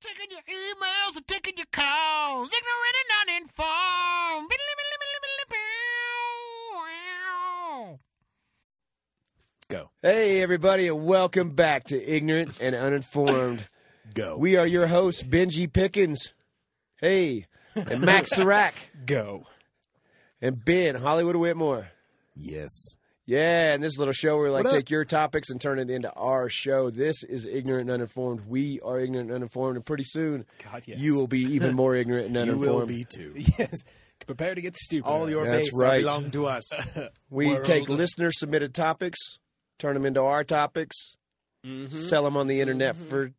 Taking your emails and taking your calls. Ignorant and uninformed. Go. Hey, everybody, and welcome back to Ignorant and Uninformed. Go. We are your hosts, Benji Pickens. Hey, and Max Serac, go. and Ben Hollywood Whitmore. Yes. Yeah, and this little show where we like What up? take your topics and turn it into our show. This is ignorant and uninformed. We are ignorant and uninformed, and pretty soon God, yes. you will be even more ignorant and You uninformed. will be too. Yes. Prepare to get stupid. All your That's base right. belong to us. We world. take listener submitted topics, turn them into our topics, sell Mm-hmm. 'em Mhm. sell them on the internet for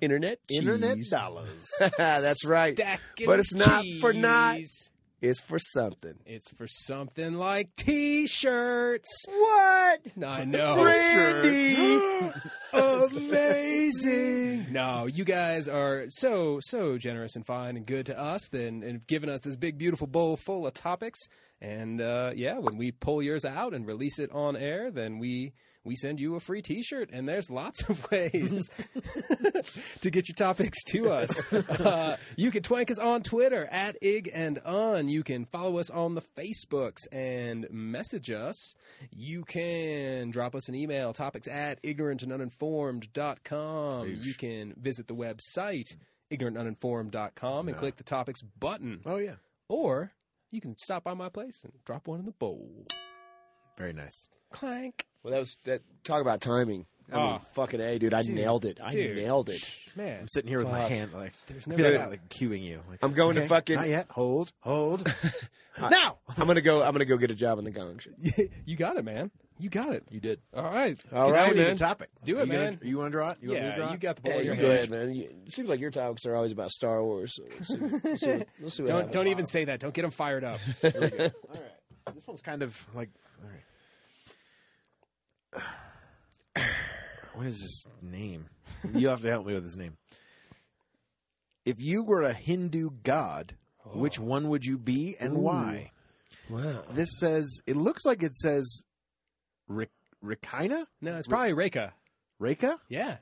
internet cheese. Internet dollars. That's right. Stacking But it's not for not. cheese. It's for something. It's for something like t-shirts. What? I know. Randy. Amazing. No, you guys are so so generous and fine and good to us, then and have given us this big beautiful bowl full of topics. And uh, yeah, when we pull yours out and release it on air, then we we send you a free T-shirt. And there's lots of ways to get your topics to us. Uh, you can twank us on Twitter at ig and un. You can follow us on the Facebooks and message us. You can drop us an email, topics at ignorantanduninformed.com. You can visit the website, ignorantanduninformed.com, and click the topics button. oh yeah. Or you can stop by my place and drop one in the bowl. Very nice. Clank. Well, that was that. Talk about timing. I mean, Oh. fucking a, dude. I Dude, nailed it. I dude. nailed it. Man. I'm sitting here with my God. hand like There's I no feel like, doubt. I'm, like cueing you. Like, I'm going to okay, fucking- not yet. Hold, hold. now I'm gonna go. I'm gonna go get a job on the gong show. you got it, man. You got it. you did. All right. All now right, we need a man. topic. Do Are it, you gonna- man. you want to draw it? You want me to draw Yeah, it? you got the ball Yeah, in you your go ahead, hand. man. You- It seems like your topics are always about Star Wars. So let's see, let's see, what- let's see what Don't happens. don't even say that. Don't get them fired up. All right. This one's kind of like. All right. What is his name? You have to help me with his name. If you were a Hindu god, which one would you be and why? Oh. Wow. This says it looks like it says Rik- Rikina, No, it's probably Reka. Reka. Yeah.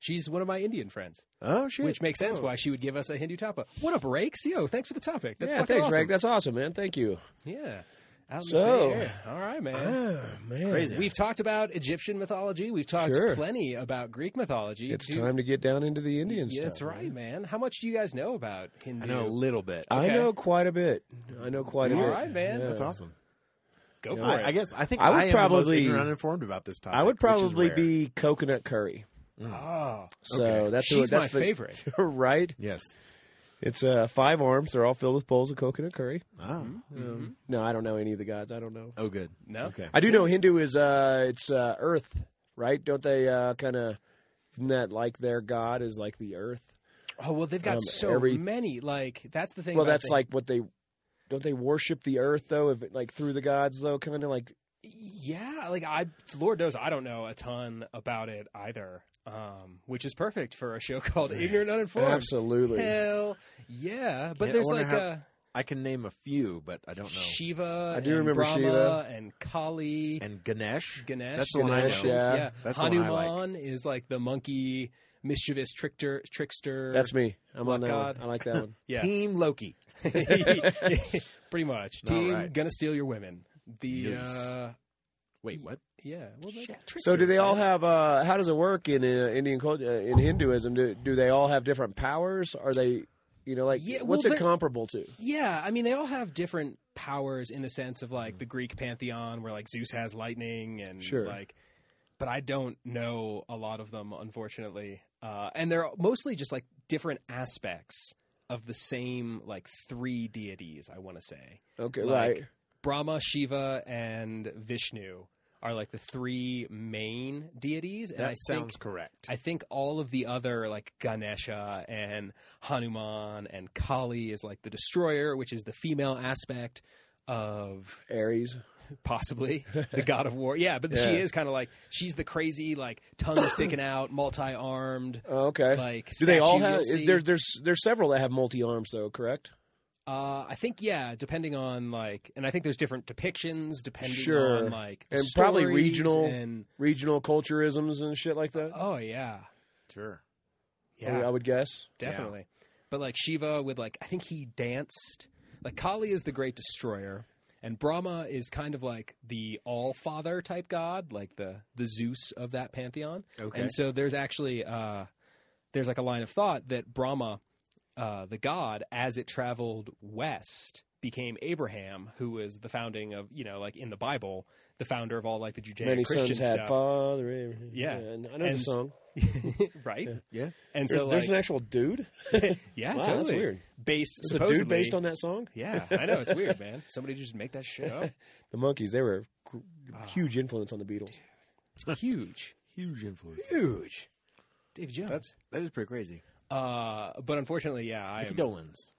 She's one of my Indian friends, Oh shit! which makes sense why she would give us a Hindu topic. What up, Rakes? Yo, thanks for the topic. That's yeah, fucking thanks, awesome. Rick. That's awesome, man. Thank you. Yeah. Out in So- the Bay Area. all right, man. Ah, man. We've talked about Egyptian mythology. We've talked Sure. plenty about Greek mythology. It's Do- time to get down into the Indian Yeah, stuff. that's right, man. How much do you guys know about Hindu? I know a little bit. I Okay. know quite a bit. I know quite a All bit. right, man. Yeah. That's awesome. Go for I, it. I guess I think I I would am the most probably- ignorant and uninformed about this topic. I would which is probably rare. be coconut curry. oh, So Okay. that's she's the, that's my the, favorite. right? yes. It's uh, five arms. They're all filled with bowls of coconut curry. Oh, Mm-hmm. Um, no, I don't know any of the gods. I don't know. oh, good. No? okay. I do know Hindu is uh, it's uh, earth, right? Don't they uh, kind of isn't that like their god is like the earth? Oh well, they've got Um, so every- many. Like that's the thing. Well, about that's the- like what they don't they worship the earth though, if it, like through the gods though, kind of like Yeah, like I, Lord knows, I don't know a ton about it either. Um, which is perfect for a show called Ignorant Uninformed. absolutely. Hell yeah! But Yeah, I there's wonder like how- a I can name a few, but I don't know. Shiva. I do and remember Brahma Shiva. and Kali. and Ganesh. Ganesh. That's the one I know. Ganesh, yeah. That's the one I Hanuman like. is like the monkey, mischievous trickster. Trickster. That's me. I'm on What that god? one. I like that one. Yeah. Team Loki. Pretty much. All Team right. gonna steal your women. The Yes. uh, Wait, what? yeah. Well, they So do got tricksters, they all man. have? Uh, how does it work in uh, Indian culture? Uh, in Hinduism, do, do they all have different powers? Are they, you know, like Yeah, well, what's it they're- comparable to? Yeah, I mean, they all have different powers in the sense of like the Greek pantheon, where like Zeus has lightning and Sure. like. But I don't know a lot of them, unfortunately, uh, and they're mostly just like different aspects of the same like three deities. I want to say Okay, Like- right. Brahma, Shiva, and Vishnu are like the three main deities, and That I sounds think correct. I think all of the other like Ganesha and Hanuman and Kali is like the destroyer, which is the female aspect of Aries. possibly the god of war. Yeah, but she Yeah. is kind of like she's the crazy like tongue sticking out, multi armed. Oh, okay. Like do they all statue have? you'll see. There's there's there's several that have multi arms though. Correct. Uh, I think yeah, depending on like, and I think there's different depictions depending Sure. on like the And probably stories regional- and Regional culturisms and shit like that. oh yeah, Sure. I would- I would guess. definitely. But like Shiva would like I think he danced. Like Kali is the great destroyer, and Brahma is kind of like the all father type god, like the the Zeus of that pantheon. Okay. And so there's actually uh, there's like a line of thought that Brahma, uh, the god, as it traveled west, became Abraham, who was the founding of you know like in the Bible, the founder of all like the Judeo Many Christian sons had stuff, father. Abraham. Yeah. and I know And the song. right? Yeah. And There's, so there's an like, actual dude. yeah, Wow, that's totally weird. Based There's a supposedly, dude based on that song. Yeah, I know it's weird, man. Somebody just make that shit up. The monkeys. They were gr- Ah. huge influence on the Beatles. Huge, Huge influence. huge. Dave Jones. That's that is pretty crazy. uh, but unfortunately, yeah, I Mickey am Dolan's.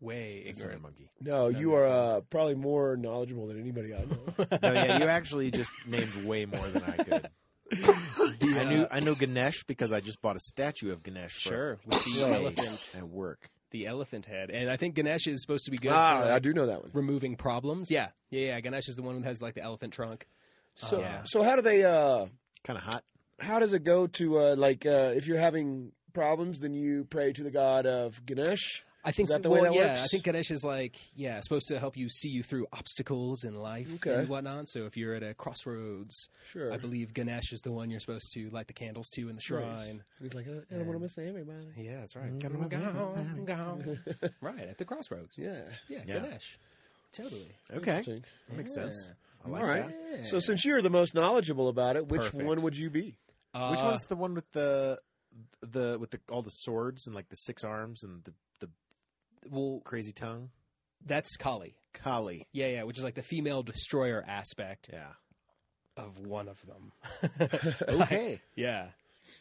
way That's not a ignorant. monkey. No, No, you no, are uh, probably more knowledgeable than anybody I know. No, yeah, you actually just named way more than I could. I knew I know Ganesh because I just bought a statue of Ganesh. For Sure, with the play elephant, at work. the elephant head, and I think Ganesh is supposed to be good for Ah, I like, do know that one. removing problems. Yeah, yeah, yeah. Ganesh is the one that has like the elephant trunk. So, Yeah. so how do they? Uh, Kind of hot. how does it go to uh, like uh, if you're having problems, then you pray to the god of Ganesh? I think Is that so- the way well, that yeah, works? I think Ganesh is like yeah, supposed to help you see you through obstacles in life Okay. and whatnot. So if you're at a crossroads, Sure. I believe Ganesh is the one you're supposed to light the candles to in the shrine. He's like, I don't, I don't want to miss everybody. Yeah, that's right. Gonna go, right at the crossroads. Yeah, Yeah. Yeah. Ganesh. Totally. Okay, Interesting. that makes sense. I All like right. that. So since you're the most knowledgeable about it, which Perfect. one would you be? Uh, Which one's the one with the the with the all the swords and like the six arms and the the Well, crazy tongue? that's Kali. Kali. Yeah, yeah, which is like the female destroyer aspect Yeah. of one of them. Okay. Yeah.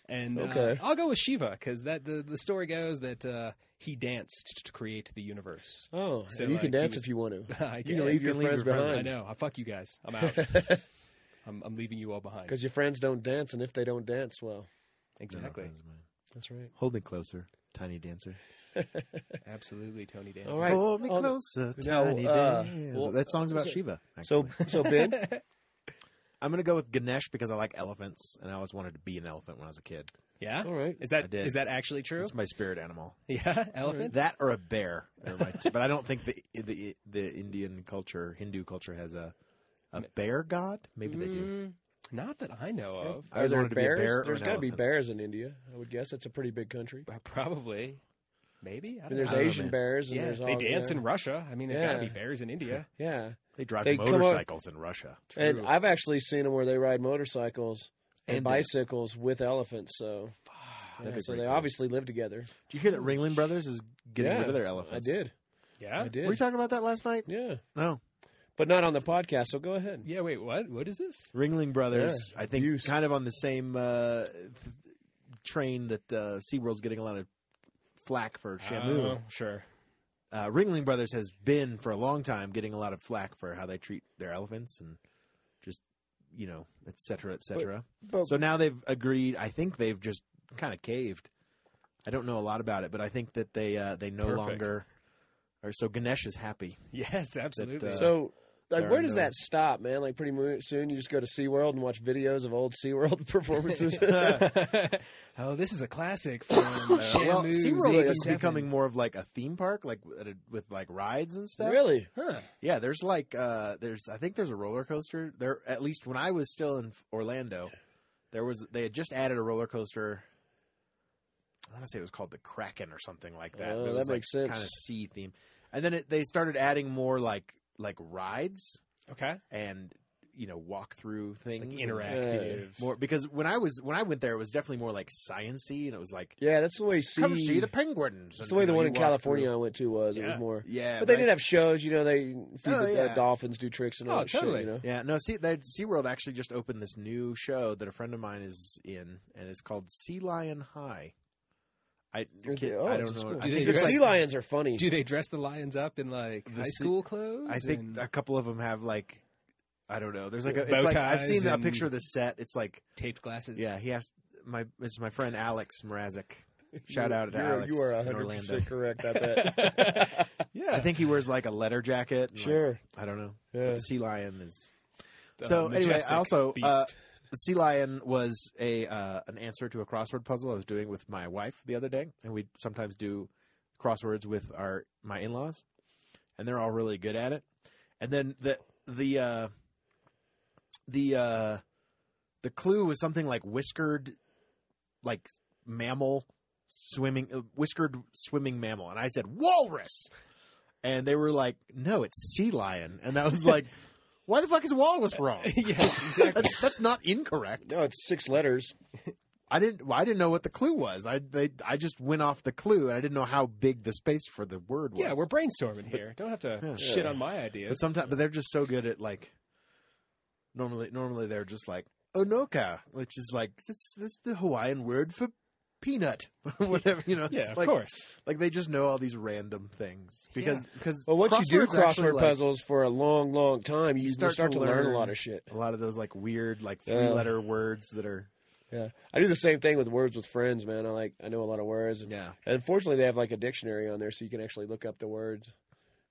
And uh, Okay. I'll go with Shiva because that the, the story goes that uh, he danced to create the universe. Oh, So, you uh, like, can he dance was- if you want to. I You guess. can leave you your can leave friends your friends- I behind know. I fuck you guys. I'm out. I'm, I'm leaving you all behind. because your friends don't dance, and if they don't dance, well, Exactly. that's right. Hold me closer, tiny dancer. Absolutely, Tony Danza. All right. Hold me Oh, closer, no, tiny uh, dancer. well, that song's about so- Shiva. So, Actually. so Ben, I'm gonna go with Ganesh because I like elephants, and I always wanted to be an elephant when I was a kid. Yeah. all right. Is I that did. is that actually true? It's my spirit animal. Yeah, elephant. That or a bear, are my two- but I don't think the the the Indian culture, Hindu culture, has a Mm. a bear god. Maybe they do. Mm, not that I know of. I always Are there wanted to be a bears? bear or There's an got to be elephant. bears in India. I would guess that's a pretty big country. But Probably, maybe. I And don't there's know. I don't know, Asian man. bears. And yeah, there's they all, dance yeah. in Russia. I mean, there gotta Yeah. be bears in India. Yeah, They drive They come over- motorcycles in Russia. and True. I've actually seen them where they ride motorcycles and, And dance. bicycles with elephants. So, Ah, yeah, That'd be so pretty they cool. obviously live together. Did you hear that Ringling Brothers is getting yeah, rid of their elephants? I did. Yeah. I did. Were you talking about that last night? yeah, No. but not on the podcast. So go ahead. Yeah. Wait. What? What is this? Ringling Brothers, Yeah, I think, abuse. kind of on the same uh, th- train that uh, SeaWorld's getting a lot of flack for Shamu. Oh, sure. Uh, Ringling Brothers has been for a long time getting a lot of flack for how they treat their elephants and just, you know, et cetera, et cetera. But So now they've agreed. I think they've just kind of caved. I don't know a lot about it, but I think that they uh, they no Perfect. longer are. So Ganesh is happy. Yes. Absolutely. uh, So, like, there where are does no- that stop, man? Like, pretty mo- soon you just go to SeaWorld and watch videos of old SeaWorld performances. oh, this is a classic from uh, uh, well, Shamu's SeaWorld is 87. becoming more of like a theme park, like with- with like rides and stuff. really? Huh. Yeah, there's like uh there's I think there's a roller coaster there at least when I was still in Orlando, there was they had just added a roller coaster. I want to say it was called the Kraken or something like that. Oh, it that was makes like sense. Kind of sea theme, and then it, they started adding more like like rides Okay. and you know walk through Like things, and uh, interactive. more because when I was when I went there, it was definitely more like sciency, and it was like Yeah, that's the way see. come see the penguins. and, that's the way you the know, one you in walk California through. I went to was. It Yeah. was more. Yeah, But they right? did have shows, you know. They feed Oh, the yeah. uh, dolphins, do tricks, and all Oh, that totally. shit. You know, Yeah, no, see that SeaWorld actually just opened this new show that a friend of mine is in and it's called Sea Lion High. I, kid- oh, I it's don't just know. cool. I think, Do they The it's just- sea like- lions are funny. Do they dress the lions up in like The high se- school clothes? I think and a couple of them have like I don't know. There's like a Bow it's like I've ties seen a and- picture of the set. It's like taped glasses. yeah, he has my it's my friend Alex Mrazek. Shout You- out to you're- Alex You are in 100 Orlando. percent correct. I bet. yeah. I think he wears like a leather jacket. and, like, sure. I don't know. But Yeah. the sea lion is Uh, So anyway, majestic I also uh, beast. sea lion was a uh, an answer to a crossword puzzle I was doing with my wife the other day, and we sometimes do crosswords with our my in laws, and they're all really good at it. And then the the uh, the uh, the clue was something like whiskered, like mammal swimming uh, whiskered swimming mammal, and I said walrus, and they were like, no, it's sea lion, and I was like. Why the fuck is walrus wrong? yeah, exactly. That's, that's not incorrect. No, it's six letters. I didn't. Well, I didn't know what the clue was. I they, I just went off the clue, and I didn't know how big the space for the word was. yeah, we're brainstorming here. Don't have to Yeah. shit on my ideas. But sometimes, but they're just so good at like. Normally, normally they're just like onoka, which is like this. This the Hawaiian word for peanut, whatever you know. it's yeah, of like, course. Like they just know all these random things because because Well, once you do crosswords actually, crossword like, puzzles for a long, long time, you, start, to, learn, a lot of shit. a lot of those like weird like Yeah. three letter words that are Yeah, I do the same thing with words with friends, man. I like I know a lot of words. yeah. And fortunately, they have like a dictionary on there, so you can actually look up the words.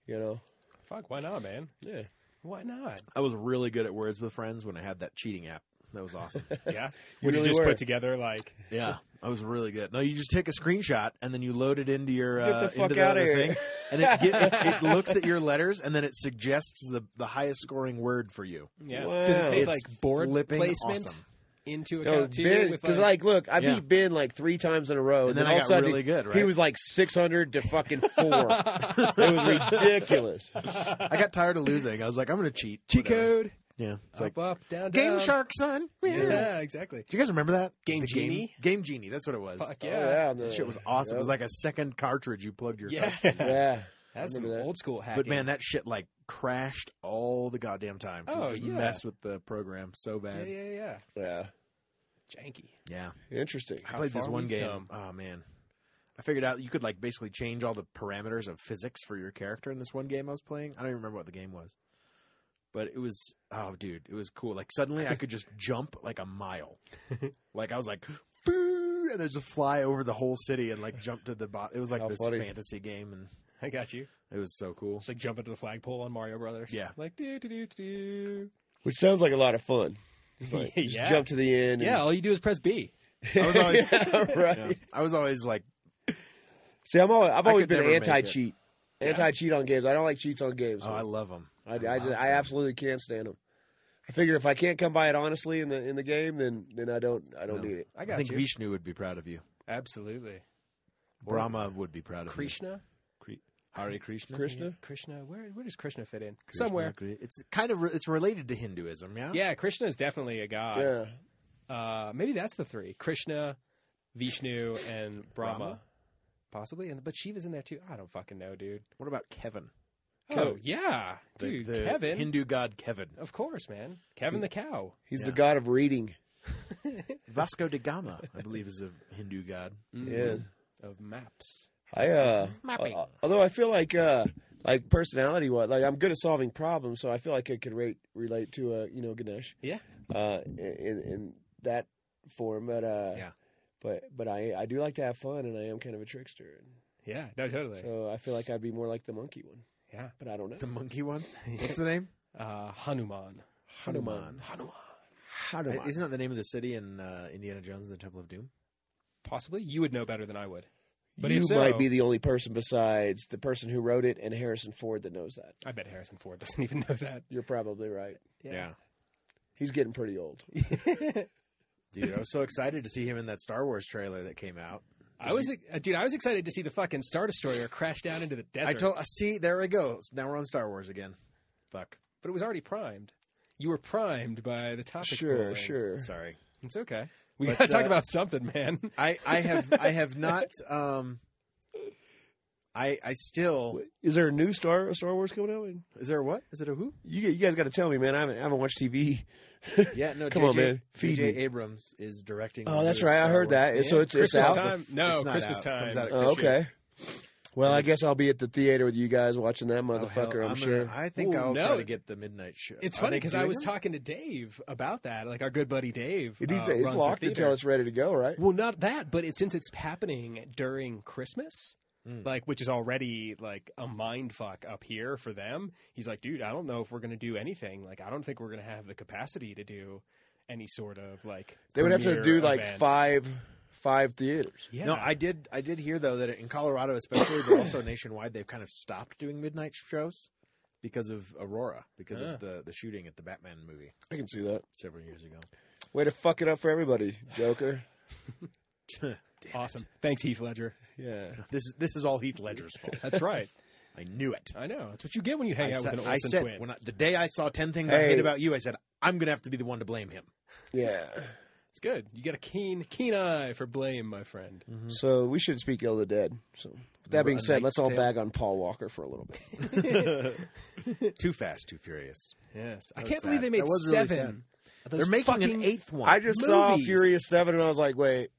You know. Fuck, why not, man? Yeah. Why not? I was really good at words with friends when I had that cheating app. That was awesome. Yeah, You Would you really just were. put together like yeah, I was really good. No, you just take a screenshot and then you load it into your uh, Get the fuck into the outta other here. thing, and it, get, it, it looks at your letters and then it suggests the the highest scoring word for you. Yeah. Wow. Does it take It's like board flipping placement awesome. into No, account too? Ben, With because like, like, look, I Yeah. beat Ben like three times in a row, And then Oh, all I of a got sudden really good, he right? was like six hundred to fucking four. it was ridiculous. Oh, I got tired of losing. I was like, I'm gonna cheat. cheat Whatever. code, Yeah, it's up, like up, down, Game down. Shark, son. Yeah, Do exactly. you guys remember that Game The Genie? Game, Game Genie. That's what it was. Fuck Oh, yeah, the- That shit was awesome. It was like Yep. a second cartridge you plugged your. yeah. cartridge into. yeah. That's some remember that. old school hacking. But man, that shit like crashed all the goddamn time. 'cause Oh, it just yeah. messed with the program so yeah, bad. yeah, yeah, Yeah. janky. yeah. Interesting. I How played this far one we've game. come. Oh man, I figured out you could like basically change all the parameters of physics for your character in this one game I was playing. I don't even remember what the game was, but it was oh dude, it was cool. Like suddenly I could just jump like a mile. like I was like, "Boo," and then just fly over the whole city and like jump to the bot. It was like How this funny. fantasy game, and I got you. it was so cool. Just like jump into the flagpole on Mario Brothers. Yeah. like do do do do. Which sounds like a lot of fun. Just, like, just Yeah. jump to the end. and- Yeah, all you do is press B. I was always, Yeah, right. yeah. I was always like, See, I'm always, I've I always could been never make it. anti cheat, anti cheat on games. I don't like cheats on games. oh, I love them. I, I, just- I absolutely can't stand them. I figure if I can't come by it honestly in the in the game, then then I don't I don't No. need it. I I got think you. Vishnu would be proud of you. Absolutely. Brahma would be proud of Krishna. you. Hare Hare Krishna. Krishna. Krishna. Where where does Krishna fit in? Krishna, Somewhere. Kri- It's kind of re- it's related to Hinduism, yeah. Yeah, Krishna is definitely a god. Yeah. Uh, maybe that's the three: Krishna, Vishnu, and Brahma, Brahma? possibly. And but Shiva's in there too. I don't fucking know, dude. What about Kevin? Oh yeah, dude, the, the Kevin. Hindu god Kevin. Of course, man. Kevin the cow. He's the Yeah. god of reading. Vasco da Gama, I believe, is a Hindu god. Yeah. Mm-hmm. Of maps. I uh, Mapping. al- although I feel like uh, like personality wise, like I'm good at solving problems, so I feel like I could rate, relate to uh, you know Ganesh Yeah. uh, in in that form. But uh, Yeah. but but I I do like to have fun, and I am kind of a trickster, Yeah. No, totally. so I feel like I'd be more like the monkey one. yeah. But I don't know. The monkey one. What's the name? Uh, Hanuman. Hanuman. Hanuman. Hanuman. Isn't that the name of the city in uh, Indiana Jones and the Temple of Doom? Possibly. You would know better than I would. But you if so- might be the only person besides the person who wrote it and Harrison Ford that knows that. I bet Harrison Ford doesn't even know that. You're probably right. Yeah. He's getting pretty old. Dude, I was so excited to see him in that Star Wars trailer that came out. I was, uh, dude. I was excited to see the fucking Star Destroyer crash down into the desert. I told, uh, see, there we go. Now we're on Star Wars again. Fuck. but it was already primed. You were primed by the topic. sure, pooling. sure. Sorry. It's okay. We But, got to talk uh, about something, man. I, I have, I have not. Um, I, I still. Is there a new Star Star Wars coming out? Is there a what? Is it a who? You, you guys got to tell me, man. I haven't, I haven't watched TV. Yeah, no. Come JJ, on, man. Feed J.J. me. Abrams is directing. the Oh, that's new right. I Star heard Wars. that. So it's, it's Christmas out. time? No, It's not Christmas out. time. Comes out at Oh, this year. okay. Well, I guess I'll be at the theater with you guys watching that Oh, hell, motherfucker. I'm, gonna- uh, sure. I think Ooh, I'll no. try to get the midnight show. It's Are they funny because I doing was that? talking to Dave about that, like our good buddy Dave. It needs- uh, it's runs the locked until theater. it's ready to go, right? Well, not that, but it, since it's happening during Christmas, Hmm. Mm. like which is already like a mind fuck up here for them. He's like, dude, I don't know if we're gonna do anything. Like, I don't think we're gonna have the capacity to do any sort of like. They would have to premiere do like event. five five theaters. Yeah. No, I did. I did hear though that in Colorado, especially, but also nationwide, they've kind of stopped doing midnight shows because of Aurora, because Ah. of the the shooting at the Batman movie I can see that. several years ago. Way to fuck it up for everybody, Joker. Damn it. awesome. Thanks, Heath Ledger. Yeah. This is this is all Heath Ledger's fault. That's right. I knew it. I know. That's what you get when you hang I out said, with an I Olsen said twin. when I, the day I saw ten things I Hey. hate about you, I said I'm gonna have to be the one to blame him. Yeah. It's good. You got a keen, keen eye for blame, my friend. So we should speak ill of the dead. So with that Remember being A said, let's Knight's Tale? all bag on Paul Walker for a little bit. Mm-hmm. Too fast, too furious. Yes, I was can't believe sad. they made That was really seven. of those They're making an fucking- eighth one. I just saw Movies. Furious Seven and I was like, wait,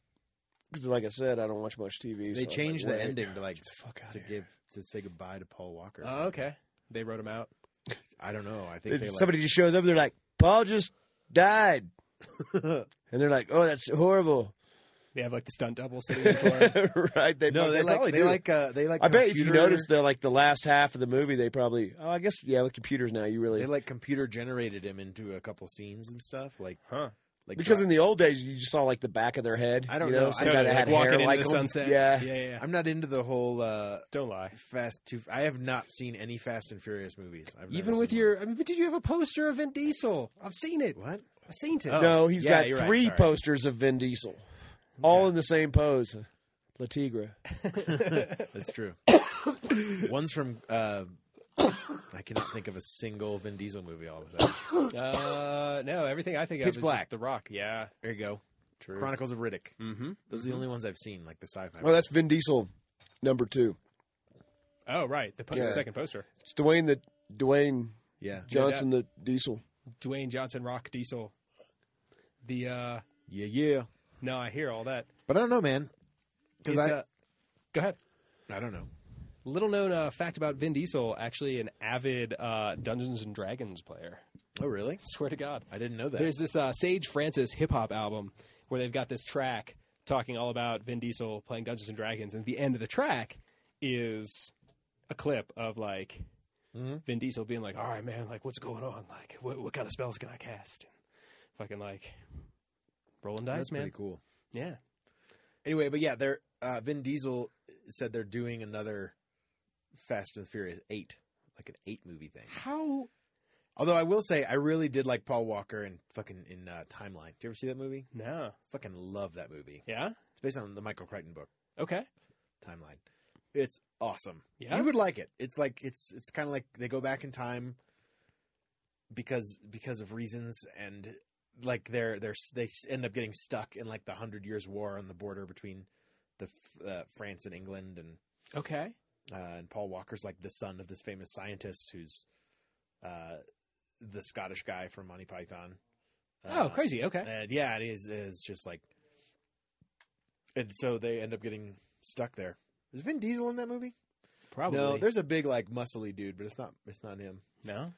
because like I said, I don't watch much TV. they so I was changed like, the wait. ending to like fuck outta to here. give to say goodbye to Paul Walker. or Oh, something. okay. They wrote them out. I don't know. I think It- they like, somebody just shows up. They're like, Paul just died, and they're like, oh, that's horrible, They have like the stunt double sitting in for 'em. right? They no, they like probably they do. like uh, they like. I bet if you computer- notice the like the last half of the movie, they probably. Oh, I guess yeah, with computers now, you really they like computer generated him into a couple scenes and stuff. Like Huh. like because in the old days you just saw like the back of their head. I don't you know. know. I Somebody don't that know. had walking hair into like the 'em. sunset. Yeah. yeah, yeah. I'm not into the whole uh, Don't lie. fast. Too, I have not seen any Fast and Furious movies. I've never Even with seen your, I mean, but did you have a poster of Vin Diesel? I've seen it. one. what? I've seen it. Oh. No, he's yeah, got you're right, three sorry. posters of Vin Diesel, all in the same pose. La Tigra. That's true. One's from. Uh, I cannot think of a single Vin Diesel movie all of a sudden. Uh, no, everything I think Pitch of is Black. just The Rock. Yeah. There you go. True. Chronicles of Riddick. Mm-hmm. Those are the only ones I've seen, like the sci-fi. Well, Oh, that's Vin Diesel number two. Oh, right. The, po- the Yeah. second poster. It's Dwayne the Dwayne yeah, Johnson the Diesel. Dwayne Johnson, Rock Diesel. The, uh, yeah, yeah. no, I hear all that. But I don't know, man, because It's, I uh, go ahead. I don't know. Little known uh, fact about Vin Diesel, actually an avid uh, Dungeons and Dragons player. Oh, really? Swear to God. I didn't know that. There's this uh, Sage Francis hip hop album where they've got this track talking all about Vin Diesel playing Dungeons and Dragons, and at the end of the track is a clip of like Mhm. Vin Diesel being like, "All right, man, like what's going on? Like what, what kind of spells can I cast?" And fucking like rolling dice, that's man. pretty cool. Yeah, Anyway, but yeah, they're uh, Vin Diesel said they're doing another Fast and Furious eight, like an eight movie thing. how Although I will say, I really did like Paul Walker and fucking in uh, Timeline. Do you ever see that movie? no, Fucking love that movie. yeah, It's based on the Michael Crichton book okay, Timeline. It's awesome. yeah, You would like it. It's like it's it's kind of like they go back in time because because of reasons and like they're they're they s- end up getting stuck in like the Hundred Years' War on the border between the f- uh, France and England and okay, uh, and Paul Walker's like the son of this famous scientist who's uh, the Scottish guy from Monty Python. oh, Uh, crazy, okay, And yeah, it is is just like, and so they end up getting stuck there. Is Vin Diesel in that movie? probably No, there's a big like muscly dude, but it's not it's not him. no.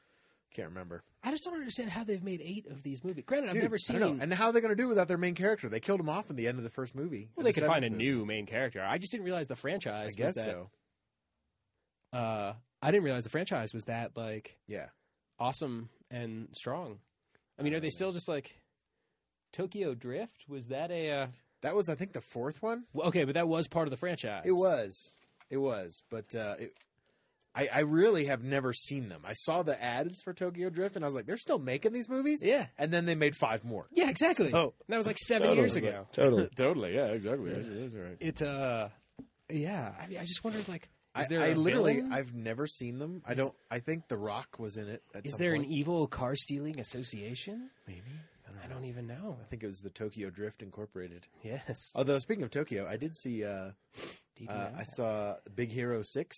Can't remember. I just don't understand how they've made eight of these movies. Granted, Dude, I've never I seen. don't know. And how are they going to do without their main character? They killed him off in the end of the first movie. Well, in they the could find a seventh movie. new main character. I just didn't realize the I franchise. guess was that, so. Uh, I didn't realize the franchise was that like Yeah. awesome and strong. I mean, I are they don't still just like Tokyo Drift? Was that a uh, That was I think the fourth one. well, okay? But that was part of the franchise. It was. It was. But uh, it, I, I really have never seen them. I saw the ads for Tokyo Drift and I was like, they're still making these movies? Yeah. And then they made five more. Yeah. Exactly. So- and that was like seven years ago. Totally. Totally. Yeah, exactly. That's right. It. Uh, yeah. I mean, I just wondered like, I, is there I a literally, villain? I've never seen them. I don't, I think The Rock was in it. At is some there an e point. evil car stealing association? Maybe. I don't even know. I think it was the Tokyo Drift Incorporated. Yes. Although speaking of Tokyo, I did see. Uh, Did you Oh, uh, know I that? saw Big Hero Six.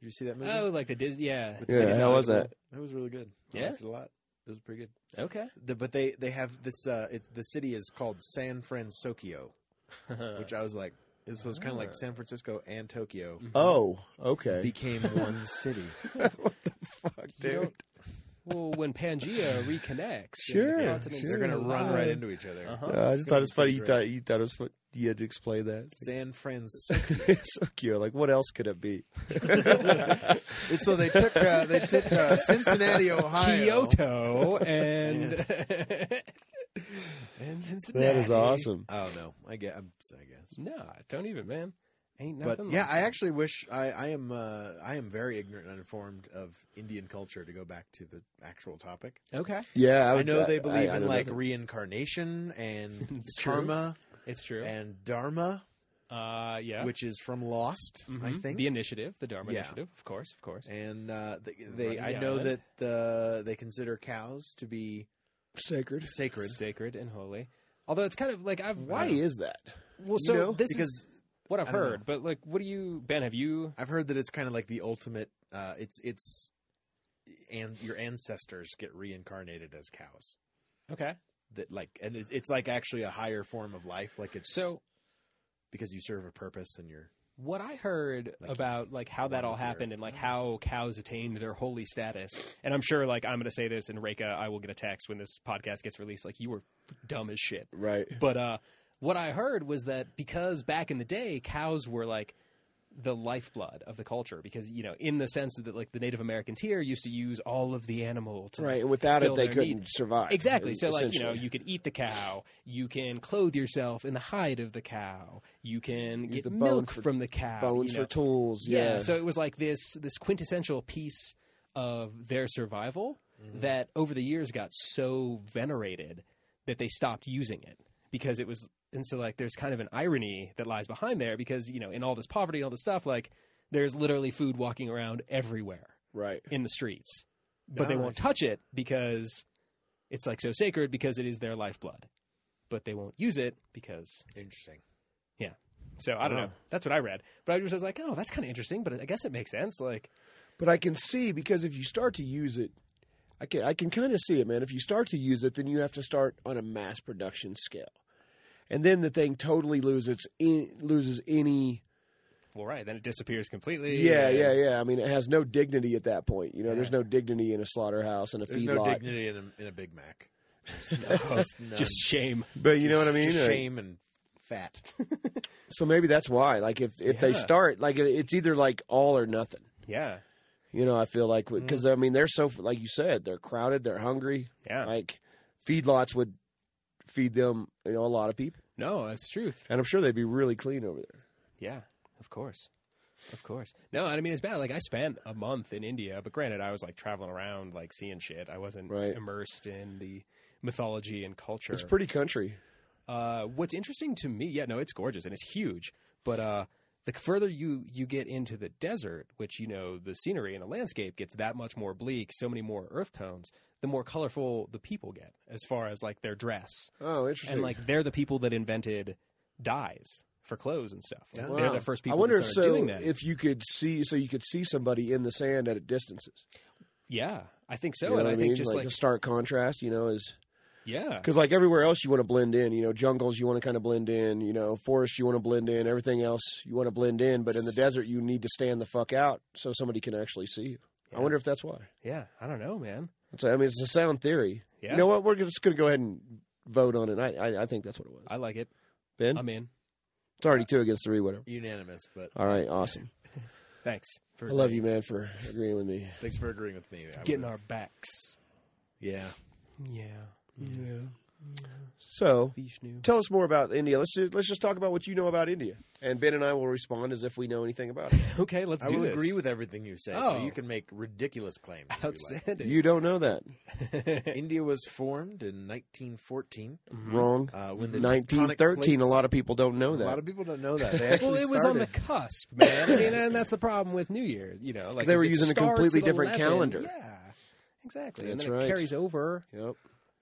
Did you see that movie? Oh, like the Disney. Yeah. With Yeah, Lady how Gaga. was that? That was really good. I Yeah? liked it a lot. It was pretty good. Okay. The, but they they have this. Uh, it, the city is called San Francisco, Uh. which I was like, this was kind of Ah. like San Francisco and Mm-hmm. Tokyo Oh, okay. became one city. fuck, You don't- well, when Pangea reconnects, Sure, and the continents sure. They're gonna run right collide- into each other. Uh-huh. Uh, I just It's thought gonna it was funny. be You pretty thought you thought it was fun. You had to explain that. San Francisco. so cute. Like, what else could it be? And so they took uh, they took uh, Cincinnati, Ohio, Kyoto and in Cincinnati. That is awesome. Oh no, I guess. I'm, I guess. Nah, don't even, man. Ain't nothing. But yeah, like I that. actually wish I, I am uh, I am very ignorant and uninformed of Indian culture. To go back to the actual topic, okay. Yeah, I, would- know they I- believe I in know like nothing. reincarnation and It's true. karma It's true. and dharma, uh, yeah, which is from Lost, I Mhm. think. the initiative, the Dharma Yeah. Initiative, of course, of course. and uh, they, Running they I the know island. that the they consider cows to be sacred. sacred. sacred and holy. Although it's kind of like I've Why is that? well, You so know? this because is what I've I don't know. heard. But like, what do you, Ben? Have you? I've heard that it's kind of like the ultimate. Uh, it's it's and your ancestors get reincarnated as cows. Okay, That like and it's, it's like actually a higher form of life. Like it's so because you serve a purpose and you're what I heard Like, about like how that all one of their- happened and like how cows attained their holy status, and I'm sure like I'm going to say this and Reka, I will get a text when this podcast gets released. Like you were dumb as shit. Right. But uh, what I heard was that because back in the day, cows were like the lifeblood of the culture because you know in the sense that like the native americans here used to use all of the animal to like, Right. and Without it, fill they their couldn't need. survive. Exactly. So, like, you know, e essentially. you can eat the cow. You can clothe yourself in the hide of the cow. You can get the bone milk for- from the cow. bones you know. for tools. Yeah. So it was like this this quintessential piece of their survival Mm-hmm. that over the years got so venerated that they stopped using it because it was and so like there's kind of an irony that lies behind there because you know in all this poverty and all this stuff like there's literally food walking around everywhere right. in the streets, but they Ah, won't touch it because it's like so sacred because it is their lifeblood. But they won't use it because interesting. so I don't Wow. know. That's what I read, but I just was like, oh, that's kind of interesting. But I guess it makes sense. Like, But I can see because if you start to use it, I can I can kind of see it, man. If you start to use it, then you have to start on a mass production scale, and then the thing totally loses in, loses any. well, right, then it disappears completely. Yeah, and- yeah, yeah. I mean, it has no dignity at that point. You know, there's no dignity in a slaughterhouse and a There's feedlot. no dignity in a, in a Big Mac. Just, none. shame. But you know what I mean? Just Like, shame and fat. So maybe that's why. Like if if they Yeah. start, like it's either like all or nothing. Yeah, You know, I feel like Mm-hmm. because I mean they're so like you said they're crowded, they're hungry. yeah. Like feedlots would feed them, you know, a lot of people, no, that's truth. and I'm sure they'd be really clean over there. Yeah, of course. Of course. No, I mean it's bad. Like I spent a month in India, but granted I was like traveling around like seeing shit. I wasn't Right. immersed in the mythology and culture. It's pretty country. uh what's interesting to me, yeah, no, it's gorgeous and it's huge. But uh the further you you get into the desert, which you know, the scenery and the landscape gets that much more bleak, so many more earth tones, the more colorful the people get as far as like their dress Oh, interesting. and like they're the people that invented dyes for clothes and stuff. Like, Wow. They're the first Ah. people I wonder that if started so doing that. if you could see so you could see somebody in the sand at distances. yeah, I think so, You know and what I mean? think just like, a stark contrast, you know, is yeah, because like everywhere else you want to blend in, you know, jungles you want to kind of blend in, you know, forest you want to blend in, everything else you want to blend in, but in the desert you need to stand the fuck out so somebody can actually see you. Yeah. I wonder if that's why. yeah. I don't know, man. It's, I mean, it's a sound theory. Yeah, You know what? We're just going to go ahead and vote on it. I, I, I think that's what it was. I like it. Ben, I'm in. it's already two against three, whatever. Unanimous, but All right, awesome. Thanks for I love you, man, for agreeing with me. thanks for agreeing with me. I getting would've- our backs. yeah. Yeah, yeah. So, Vishnu. tell us more about India. Let's just, let's just talk about what you know about India, and Ben and I will respond as if we know anything about it. Okay, let's I do will this. agree with everything you say. Oh. So you can make ridiculous claims. if you like. Outstanding. You don't know that. Mm-hmm. India was formed in 1914. Mm-hmm. Wrong. Uh, when the tectonic 1913. A plates- lot of people don't know A that. lot of people don't know that. They well, actually it was on the started. cusp, man. I mean, and that's the problem with New Year. You know, like They were it using a starts completely at different 11. calendar. Yeah, exactly. and That's then right. it carries over. Yep.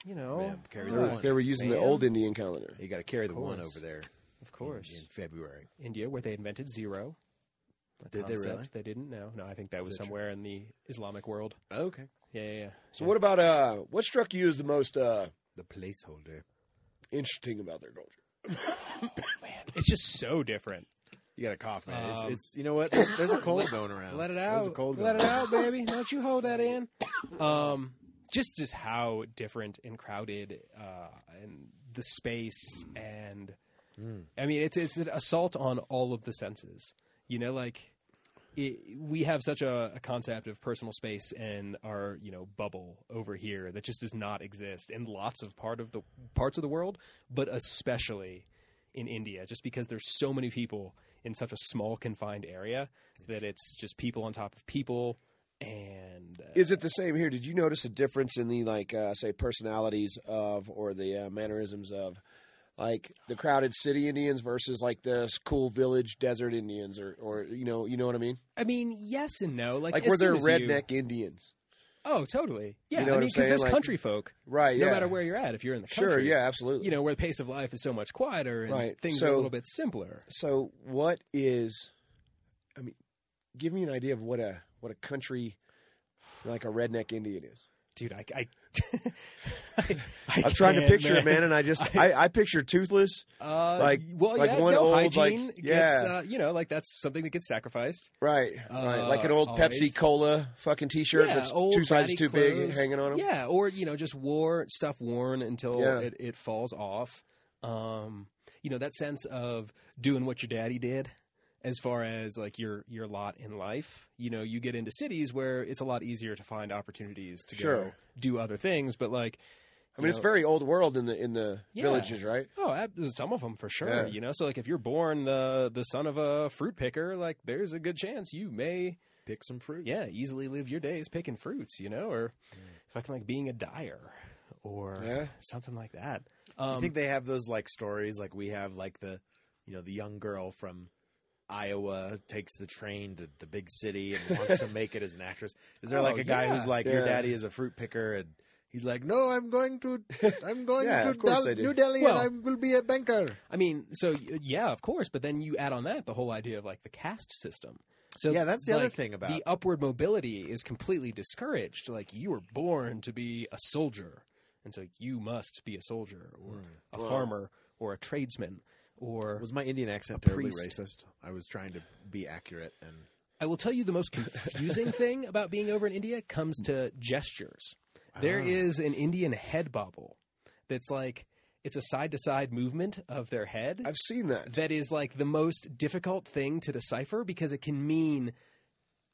You know, Man, carry They the were- one. they were using the Man. old Indian calendar. You got to carry the one course. over there. of course. In, in February. India where they invented zero. a Did they concept really? They didn't. No, no. I think that was that true? somewhere in the Islamic world. Okay. Yeah, yeah. yeah. So, Yeah. what about uh, what struck you as the most uh, The placeholder. interesting about their culture? Man, it's just so different. You got to cough, man. Um, it's, it's you know what? There's, there's a cold going around. Let it There's a out. cold Let it going around. out, baby. Don't you hold that in. Um, just just how different and crowded, uh, and the space, and Mm. I mean, it's it's an assault on all of the senses. You know, like it, we have such a, a concept of personal space and our you know bubble over here that just does not exist in lots of part of the parts of the world, but especially in India, just because there's so many people in such a small confined area that it's just people on top of people. And uh, Is it the same here? Did you notice a difference in the like uh, say personalities of or the uh, mannerisms of like the crowded city Indians versus like the cool village desert Indians or or you know you know what I mean? I mean, yes and no. Like, Like as where they're soon as you- redneck Indians. Oh, totally. Yeah, know what I I'm mean, because saying? there's Like- country folk. Right, No yeah. matter where you're at, if you're in the country, Sure, yeah, absolutely. you know where the pace of life is so much quieter and Right, things are a so- little bit simpler. So what is I mean, give me an idea of what a what a country like a redneck Indian is. Dude, I, I, I, I I'm trying to can't, picture it, man, and I just I, I picture toothless. Uh, Like- well, like yeah, one no, old, like- hygiene gets, yeah. uh, you know, like that's something that gets sacrificed. Right, right. Like an Uh, old always. Pepsi Cola fucking t shirt yeah, that's old two sizes ratty too big clothes. hanging on them. Yeah, or you know, just wore stuff worn until Yeah. it, it falls off. Um, you know, that sense of doing what your daddy did as far as like your your lot in life. You know, you get into cities where it's a lot easier to find opportunities to go Sure. do other things, but like I mean, it's know- very old world in the in the Yeah. villages, right? Oh, ab- some of them for sure. Yeah. You know, so like if you're born the the son of a fruit picker, like there's a good chance you may, Pick some fruit. yeah, easily live your days picking fruits. You know, or fucking like being a dyer or Yeah. something like that. Um, I think they have those like stories like we have like the you know the young girl from Iowa takes the train to the big city and wants to make it as an actress. Is there Oh, like a guy yeah. who's like your Yeah. daddy is a fruit picker and he's like no I'm going to I'm going Yeah, to of course Dal- they do. New Delhi Well- and I will be a banker. I mean, so y- yeah, of course, but then you add on that the whole idea of like the caste system. So Yeah, that's the other like, thing about- the upward mobility is completely discouraged. Like you were born to be a soldier, and so you must be a soldier or a farmer or a tradesman or Was my Indian accent A terribly priest. racist? I was trying to be accurate and I will tell you the most confusing thing about being over in India comes to gestures. There Ah. is an Indian head bobble that's like it's a side to side movement of their head I've seen that. that is like the most difficult thing to decipher because it can mean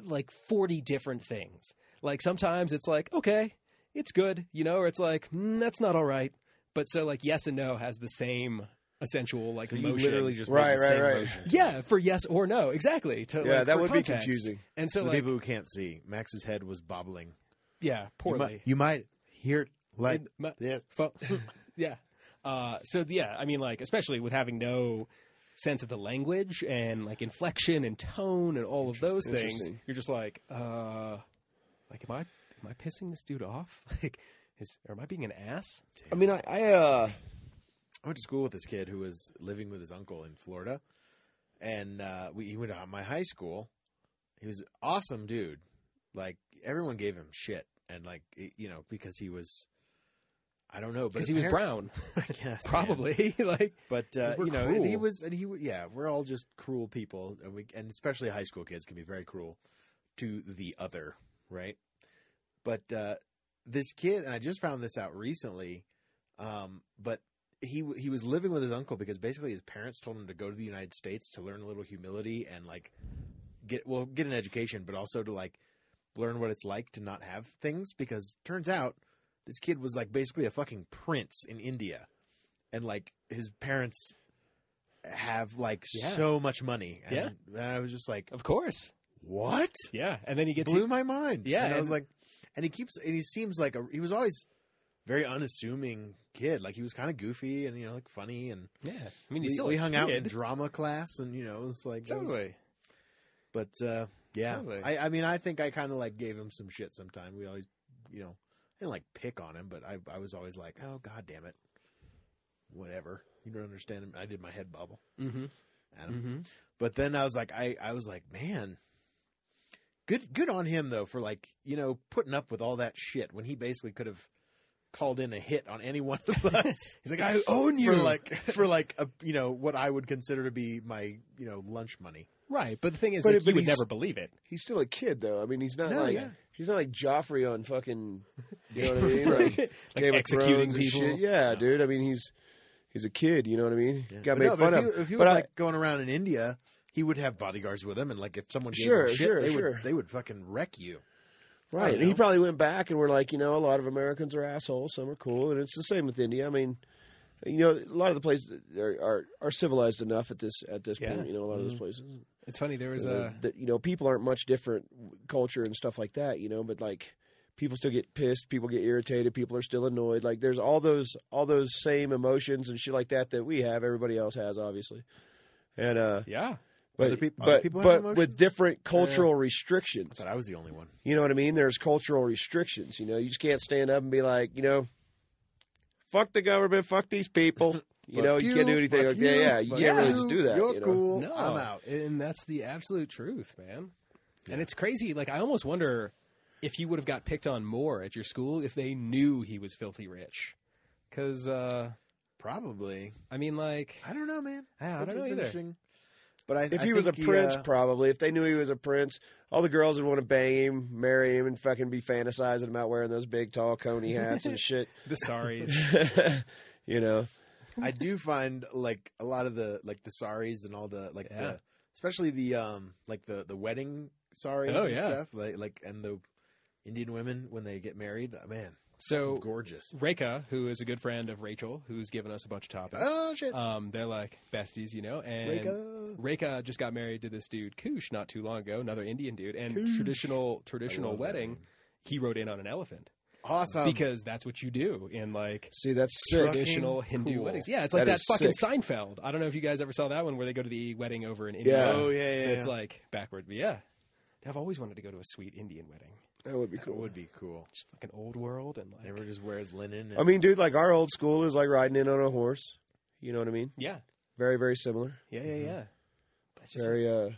like 40 different things. Like sometimes it's like, okay, it's good, you know, or it's like, mm, that's not all right. But so like yes and no has the same essential like so you motion. literally just Right, made the right, same right. motion. yeah, for yes or no, exactly. To, Yeah, like, that for would be context. confusing. And so, For the like, people who can't see, Max's head was bobbling. yeah, You poorly. might, you might hear it like In my- this. Fu- yeah. Uh, so yeah, I mean, like especially with having no sense of the language and like inflection and tone and all of those things, Interesting. you're just like, uh, like am I am I pissing this dude off? Like, is or am I being an ass? I mean, I, I uh, I went to school with this kid who was living with his uncle in Florida, and uh, we he went to my high school. He was an awesome dude. Like everyone gave him shit, and like it- you know because he was, I don't know, but Because he was appar- brown, I guess, man. probably. like, But uh, 'Cause we're you know, and he cruel. was, and he, w- yeah, we're all just cruel people, and we, and especially high school kids can be very cruel to the other, right? But uh, this kid, and I just found this out recently, um, but he w- he was living with his uncle because basically his parents told him to go to the United States to learn a little humility and like get well get an education, but also to like learn what it's like to not have things because turns out this kid was like basically a fucking prince in India and like his parents have like Yeah. so much money and Yeah. then I was just like of course, what yeah. And then he gets blew my mind Yeah, and I was and- like and he keeps and he seems like a he was always very unassuming kid like he was kind of goofy and you know like funny and yeah. I we, mean, he's still we a hung out in kid. drama class and you know it was like that was- Totally. but uh, yeah, Totally. I, I mean, I think I kind of like gave him some shit. Sometime we always, you know, I didn't like pick on him, but I, I was always like, oh god damn it, whatever. You don't understand him. I did my head bubble Mm-hmm. at him, Mm-hmm. but then I was like, I, I was like, man, good, good on him though for like you know putting up with all that shit when he basically could have called in a hit on any one of us. He's like, I own you. For like, for like, a, you know, what I would consider to be my, you know, lunch money. right. But the thing is, But like, it- you but would he's- never believe it. he's still a kid though. I mean, he's not No, like yeah. he's not like Joffrey on fucking you know what I mean? Like, Like Game of executing Thrones and people. shit. Yeah, dude. I mean, he's he's a kid. You know what I mean? Got But made no, but fun if of. He, if he but was I- like going around in India he would have bodyguards with him, and like if someone gave Sure, him shit, sure, they sure. would they would fucking wreck you. Right. you And he know? probably went back and we're like, you know, a lot of Americans are assholes, some are cool, and it's the same with India. I mean, you know, a lot of the places are are, are civilized enough at this at this Yeah. point. You know, a lot of Mm-hmm. those places. It's funny. There was Uh, a that you know, people aren't much different w- culture and stuff like that. You know, but like people still get pissed, people get irritated, people are still annoyed. Like there's all those all those same emotions and shit like that that we have. Everybody else has, obviously. And uh, yeah. but Other peop- but other people have but with emotions? different cultural restrictions. I thought I was the only one. You know what I mean? There's cultural restrictions. You know, you just can't stand up and be like, you know, fuck the government, fuck these people. You Fuck know, you, can't do anything. fuck Like, yeah, yeah, you fuck can't really you, just do that. You're you know? cool. No, I'm out. And that's the absolute truth, man. And it's crazy. Like I almost wonder if you would have got picked on more at your school if they knew he was filthy rich. Because uh, Probably. I mean, like I don't know, man. Yeah, I Think don't know it's either. interesting. But I, If I he was a think prince, uh, probably. If they knew he was a prince, all the girls would want to bang him, marry him, and fucking be fantasizing about wearing those big, tall, coney hats and shit. the sorries. you know, I do find like a lot of the like the saris and all the like Yeah. the especially the um like the the wedding saris Oh, and yeah. stuff like like and the Indian women when they get married, uh, man, So gorgeous. Reka, who is a good friend of Rachel, who's given us a bunch of topics, Oh shit, um, they're like besties, you know. And Reka. Reka just got married to this dude Koosh not too long ago, another Indian dude. And Koosh. traditional traditional love that wedding, name. Um, he rode in on an elephant awesome. because that's what you do in like see, that's sick. Trucking. traditional Hindu cool. weddings. Yeah, it's like That that, is fucking sick. Seinfeld. I don't know if you guys ever saw that one where they go to the wedding over in India. Yeah. oh yeah, yeah, And It's yeah. like backward, but yeah. I've always wanted to go to a sweet Indian wedding. That would be that cool. would be cool. Just fucking old world and like Everyone just wears linen. And, I mean, dude, like our old school is like riding in on a horse. You know what I mean? Yeah. Very, very similar. Yeah, yeah, Mm-hmm. yeah. That's just Very, uh,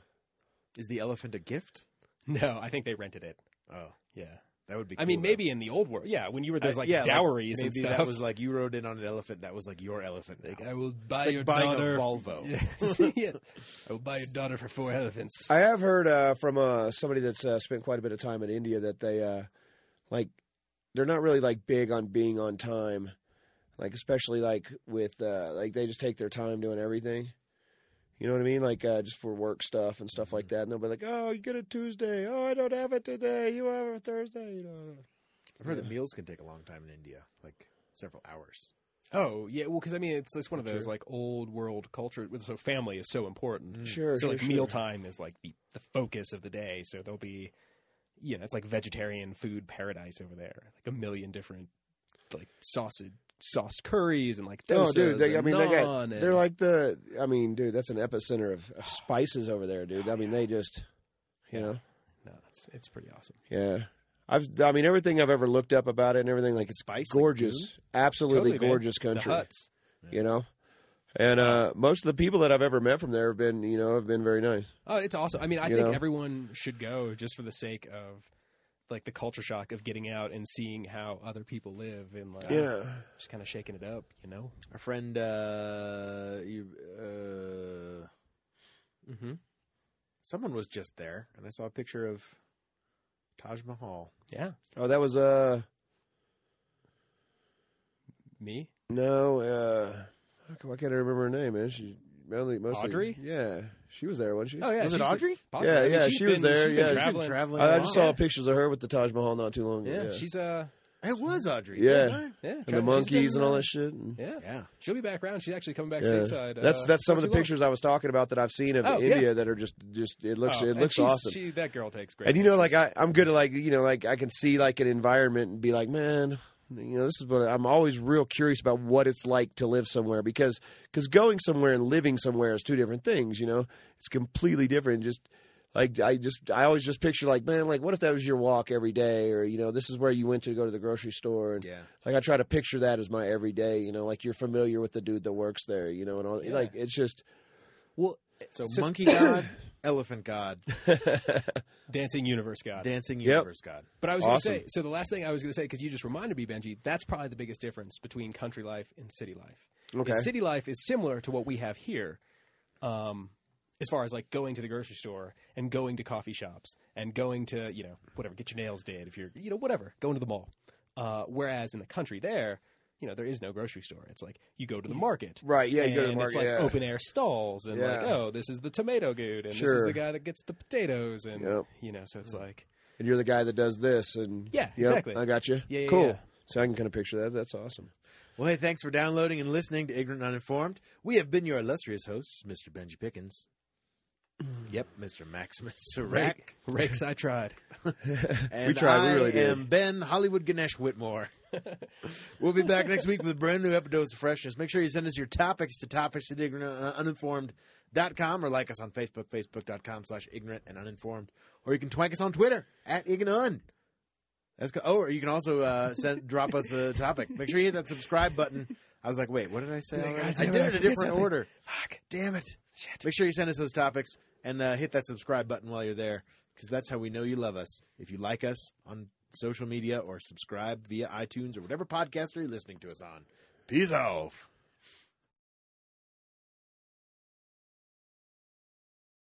is the elephant a gift? No, I think they rented it. Oh, Yeah. that would be. Cool, I mean, though. maybe in the old world. Yeah, when you were there's Uh, like yeah, dowries maybe and stuff. that was like you rode in on an elephant. That was like your elephant. now. I will buy It's like your buying daughter. a Volvo. Yes. yes. I will buy your daughter for four elephants. I have heard uh, from uh, somebody that's uh, spent quite a bit of time in India that they uh, like they're not really like big on being on time, like especially like with uh, like they just take their time doing everything. You know what I mean? Like uh, just for work stuff and stuff Mm-hmm. like that. And they'll be like, "Oh, you get it Tuesday. Oh, I don't have it today. You have it Thursday." You know. Mm-hmm. I've heard that meals can take a long time in India, like several hours. Oh yeah, well, because I mean, it's it's one of that those true? like old world culture. So family is so important. Sure. so sure, like sure. mealtime is like the, the focus of the day. So there'll be, you know, it's like vegetarian food paradise over there. Like a million different like sausage sauced curries and like No, dosas Oh, dude. They, I and mean, they got, naan and- they're like the. I mean, dude, that's an epicenter of, of spices over there, dude. I mean, they just, you know. no, it's it's pretty awesome. Yeah. I've I mean everything I've ever looked up about it and everything like it's Spice, like gorgeous. food? Absolutely Totally, man. gorgeous The country. huts. You know? And uh, most of the people that I've ever met from there have been, you know, have been very nice. Oh, it's awesome. I mean, I You think know? everyone should go just for the sake of like the culture shock of getting out and seeing how other people live and like just kind of shaking it up, you know. Our friend, uh, you, uh, Mm-hmm. someone was just there, and I saw a picture of Taj Mahal. Yeah, Oh, that was uh me. no, uh how come I can't remember her name, man? She mostly, mostly Audrey? Yeah. She was there, wasn't she? Oh yeah, Was it she's been- Audrey? possibly. Yeah, I mean, yeah, she's she was been- there, She's yeah. She's been been traveling. traveling. I, I a just saw lot. pictures of her with the Taj Mahal not too long ago. Yeah, she's uh, It was Audrey. Yeah. right? yeah, and the she's monkeys been, and all uh, that shit. and- Yeah. Yeah. she'll be back around. She's actually coming back Yeah. stateside. That's uh, that's some not of the too long. pictures I was talking about that I've seen of Oh, India that are just just it looks Oh, it and looks she's- awesome. She, that girl takes great. and you know, like pictures. I, I'm good at like you know, like I can see like an environment and be like, man, you know, this is what I'm always real curious about what it's like to live somewhere because because going somewhere and living somewhere is two different things. You know, it's completely different. Just like I just I always just picture like, man, like what if that was your walk every day, or you know, this is where you went to go to the grocery store, and Yeah. like I try to picture that as my everyday. You know, like you're familiar with the dude that works there. You know, and all Yeah. like it's just well, So, So- monkey god, elephant god, dancing universe god. dancing Yep. universe god. But I was Awesome. going to say, so the last thing I was going to say, because you just reminded me, Benji, that's probably the biggest difference between country life and city life. okay. Is City life is similar to what we have here, um, as far as like going to the grocery store and going to coffee shops and going to you know whatever get your nails did if you're you know whatever going to the mall. Uh, whereas in the country there, you know there is no grocery store. It's like you go to the market. Right. Yeah. You go to the and market. It's like yeah. open air stalls, and like, Yeah. oh, this is the tomato dude, and this is Sure. the guy that gets the potatoes, and Yep. you know, so it's like, and you're the guy that does this, and Yeah, Yep, exactly. I got you. Yeah, yeah, cool. yeah. So I can kind of picture that. That's awesome. Well, hey, thanks for downloading and listening to Ignorant Uninformed. We have been your illustrious hosts, Mr. Benji Pickens. yep, Mr. Maximus Serac. Rake, rakes, I tried. And We tried, we I really did. am Ben Hollywood Ganesh Whitmore. we'll be back next week with a brand new Epidose of Freshness. Make sure you send us your topics to topics at uh, ignorantuninformed.com or like us on Facebook, facebook.com slash ignorant and uninformed. Or you can twank us on Twitter at ignun. That's co- oh, or you can also uh, send drop us a topic. Make sure you hit that subscribe button. I was like, wait, what did I say? You're like, already? "God I damn did it, I it a forget different something." order. Fuck, Damn it. shit. Make sure you send us those topics and uh, hit that subscribe button while you're there because that's how we know you love us. If you like us on social media or subscribe via iTunes or whatever podcaster you're listening to us on. Peace out.